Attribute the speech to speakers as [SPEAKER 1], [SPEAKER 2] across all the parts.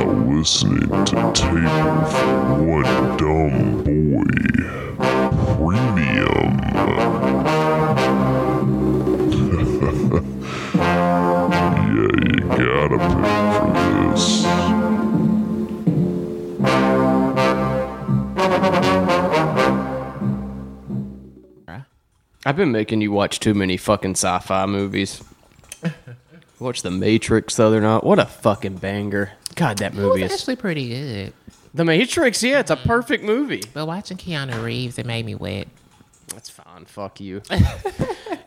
[SPEAKER 1] listening to Table for One Dumb Boy Premium. yeah, you gotta pay for this.
[SPEAKER 2] I've been making you watch too many fucking sci-fi movies. watch The Matrix the other night. What a fucking banger! God, that movie
[SPEAKER 3] It's
[SPEAKER 2] is
[SPEAKER 3] actually pretty good.
[SPEAKER 2] The Matrix. Yeah, it's a perfect movie.
[SPEAKER 3] But watching Keanu Reeves, it made me wet.
[SPEAKER 2] That's fine. Fuck you.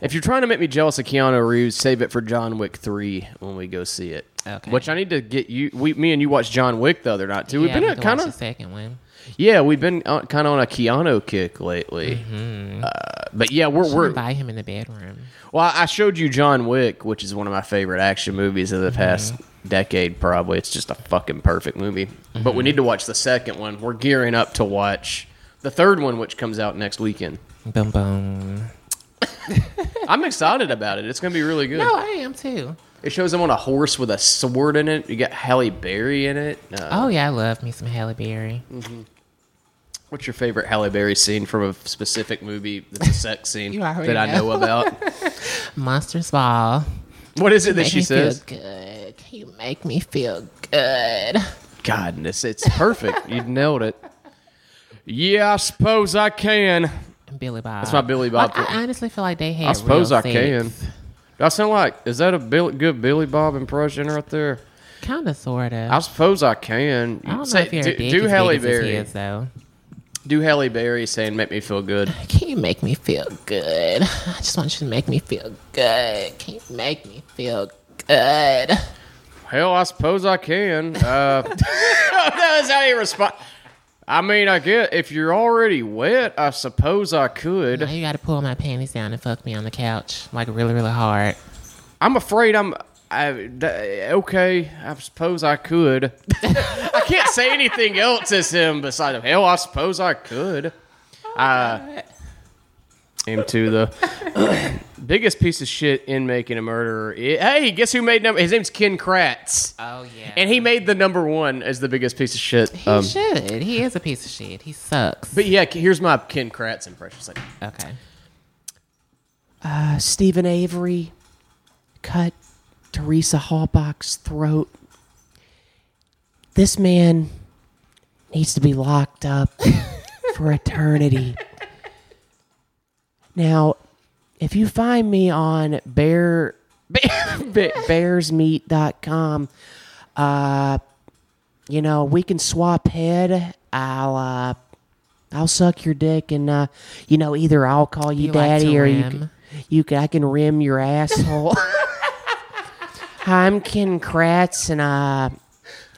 [SPEAKER 2] if you're trying to make me jealous of Keanu Reeves, save it for John Wick three when we go see it.
[SPEAKER 3] Okay.
[SPEAKER 2] Which I need to get you. We, me and you watched John Wick the other night too. We've
[SPEAKER 3] yeah,
[SPEAKER 2] been
[SPEAKER 3] we
[SPEAKER 2] at
[SPEAKER 3] can
[SPEAKER 2] kind
[SPEAKER 3] watch the
[SPEAKER 2] of
[SPEAKER 3] second one.
[SPEAKER 2] yeah. We've been kind of on a Keanu kick lately.
[SPEAKER 3] Mm-hmm.
[SPEAKER 2] Uh, but yeah, we're
[SPEAKER 3] We're
[SPEAKER 2] we're
[SPEAKER 3] by him in the bedroom.
[SPEAKER 2] Well, I showed you John Wick, which is one of my favorite action movies of the past decade, probably. It's just a fucking perfect movie. But
[SPEAKER 3] Mhm.
[SPEAKER 2] we need to watch the second one. We're gearing up to watch the third one, which comes out next weekend.
[SPEAKER 3] Boom boom.
[SPEAKER 2] I'm excited about it. It's going to be really good.
[SPEAKER 3] No, I am too.
[SPEAKER 2] It shows him on a horse with a sword in it. You got Halle Berry in it. Uh,
[SPEAKER 3] Oh yeah, I love me some Halle Berry.
[SPEAKER 2] What's your favorite Halle Berry scene from a specific movie that's a sex scene
[SPEAKER 3] You
[SPEAKER 2] that
[SPEAKER 3] already
[SPEAKER 2] I know
[SPEAKER 3] know.
[SPEAKER 2] about?
[SPEAKER 3] Monsters Ball.
[SPEAKER 2] What is it that
[SPEAKER 3] Make
[SPEAKER 2] she
[SPEAKER 3] me
[SPEAKER 2] says?
[SPEAKER 3] feel good. You make me feel good.
[SPEAKER 2] God, this it's perfect. you nailed it. Yeah, I suppose I can.
[SPEAKER 3] Billy Bob.
[SPEAKER 2] That's my Billy Bob
[SPEAKER 3] Like,
[SPEAKER 2] thing.
[SPEAKER 3] I honestly feel like they had.
[SPEAKER 2] I suppose
[SPEAKER 3] real
[SPEAKER 2] I can. Do I sound like is that a Bill, good Billy Bob impression right there?
[SPEAKER 3] Kind of, sort of.
[SPEAKER 2] I suppose I can.
[SPEAKER 3] I don't
[SPEAKER 2] Say-
[SPEAKER 3] know if you're
[SPEAKER 2] do,
[SPEAKER 3] a dick
[SPEAKER 2] do
[SPEAKER 3] as
[SPEAKER 2] Halle
[SPEAKER 3] big as his
[SPEAKER 2] Berry.
[SPEAKER 3] is, though.
[SPEAKER 2] Do Halle Berry saying "Make me feel good."
[SPEAKER 3] Can you make me feel good? I just want you to make me feel good. Can you make me feel good?
[SPEAKER 2] Hell, I suppose I can. Uh, that was how he respond. I mean, I get if you're already wet, I suppose I
[SPEAKER 3] Now
[SPEAKER 2] could.
[SPEAKER 3] you gotta pull my panties down and fuck me on the couch. Like really, really hard.
[SPEAKER 2] I'm afraid I'm. I, d- okay, I suppose I could. I can't say anything else as him besides, hell, I suppose I could. Uh, him too, though. Biggest piece of shit in making a murderer. i- hey, guess who made number? His name's Ken Kratz,
[SPEAKER 3] Oh yeah.
[SPEAKER 2] and he made the number one as the biggest piece of shit. Um,
[SPEAKER 3] He should. He is a piece of shit. He sucks.
[SPEAKER 2] But yeah, here's my Ken Kratz impression. It's like,
[SPEAKER 3] okay.
[SPEAKER 2] uh, Stephen Avery cut Teresa Hallbach's throat. This man needs to be locked up for eternity. Now, if you find me on bear, bear bearsmeat.com, uh, you know, we can swap head. I'll uh, I'll suck your dick and uh, you know, either I'll call you,
[SPEAKER 3] You like
[SPEAKER 2] daddy
[SPEAKER 3] to
[SPEAKER 2] or you
[SPEAKER 3] rim.
[SPEAKER 2] can, you can I can rim your asshole. Hi, I'm Ken Kratz and uh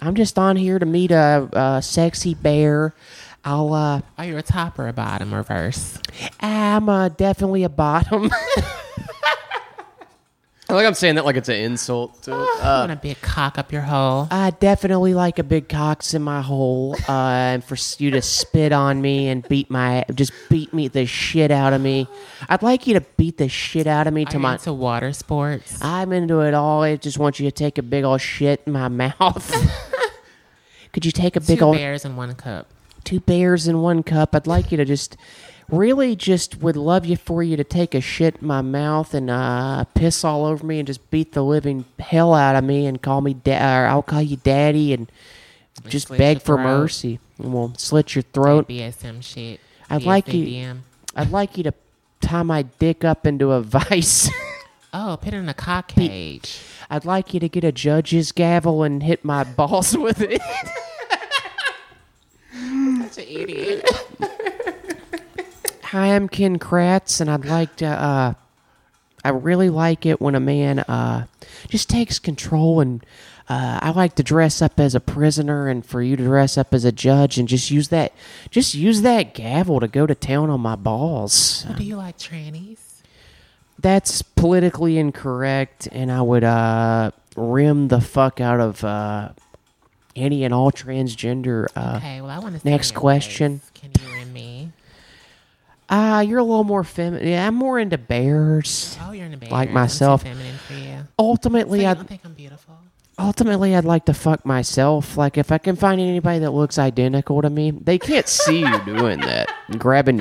[SPEAKER 2] I'm just on here to meet a, a sexy bear. I'll uh
[SPEAKER 3] Are you a top or a bottom reverse?
[SPEAKER 2] I'm uh, definitely a bottom. I like I'm saying that like it's an insult to it.
[SPEAKER 3] you want a big cock up your hole?
[SPEAKER 2] I definitely like a big cocks in my hole, uh, and for s- you to spit on me and beat my just beat me the shit out of me. I'd like you to beat the shit out of me
[SPEAKER 3] Are
[SPEAKER 2] to
[SPEAKER 3] you
[SPEAKER 2] my. Uh,
[SPEAKER 3] into water sports?
[SPEAKER 2] I'm into it all. I just want you to take a big old shit in my mouth. Could you take a big
[SPEAKER 3] Two
[SPEAKER 2] old
[SPEAKER 3] bears in one cup.
[SPEAKER 2] two bears in one cup. I'd like you to just really just would love you for you to take a shit in my mouth and uh, piss all over me and just beat the living hell out of me and call me da- or I'll call you daddy and just
[SPEAKER 3] slit
[SPEAKER 2] beg
[SPEAKER 3] your
[SPEAKER 2] for
[SPEAKER 3] throat.
[SPEAKER 2] mercy and we'll slit your throat.
[SPEAKER 3] BSM shit.
[SPEAKER 2] Oh. I'd like you-
[SPEAKER 3] BSDM.
[SPEAKER 2] I'd like you to tie my dick up into a vice.
[SPEAKER 3] Oh, put it in a cock cage.
[SPEAKER 2] I'd like you to get a judge's gavel and hit my balls with it.
[SPEAKER 3] Such an idiot.
[SPEAKER 2] Hi, I'm Ken Kratz, and I'd like to. Uh, I really like it when a man uh, just takes control, and uh, I like to dress up as a prisoner, and for you to dress up as a judge, and just use that, just use that gavel to go to town on my balls.
[SPEAKER 3] Do you like trannies?
[SPEAKER 2] That's politically incorrect, and I would uh, rim the fuck out of uh, any and all transgender. Uh,
[SPEAKER 3] Okay, well, I want to
[SPEAKER 2] Next question.
[SPEAKER 3] Can you and me?
[SPEAKER 2] ah, you're a little more feminine. Yeah, I'm more into bears.
[SPEAKER 3] Oh, you're in a baby.
[SPEAKER 2] Like myself.
[SPEAKER 3] I'm too feminine for you.
[SPEAKER 2] Ultimately,
[SPEAKER 3] So you
[SPEAKER 2] I
[SPEAKER 3] don't think I'm beautiful?
[SPEAKER 2] ultimately I'd like to fuck myself. Like if I can find anybody that looks identical to me,
[SPEAKER 4] They can't see you doing that, grabbing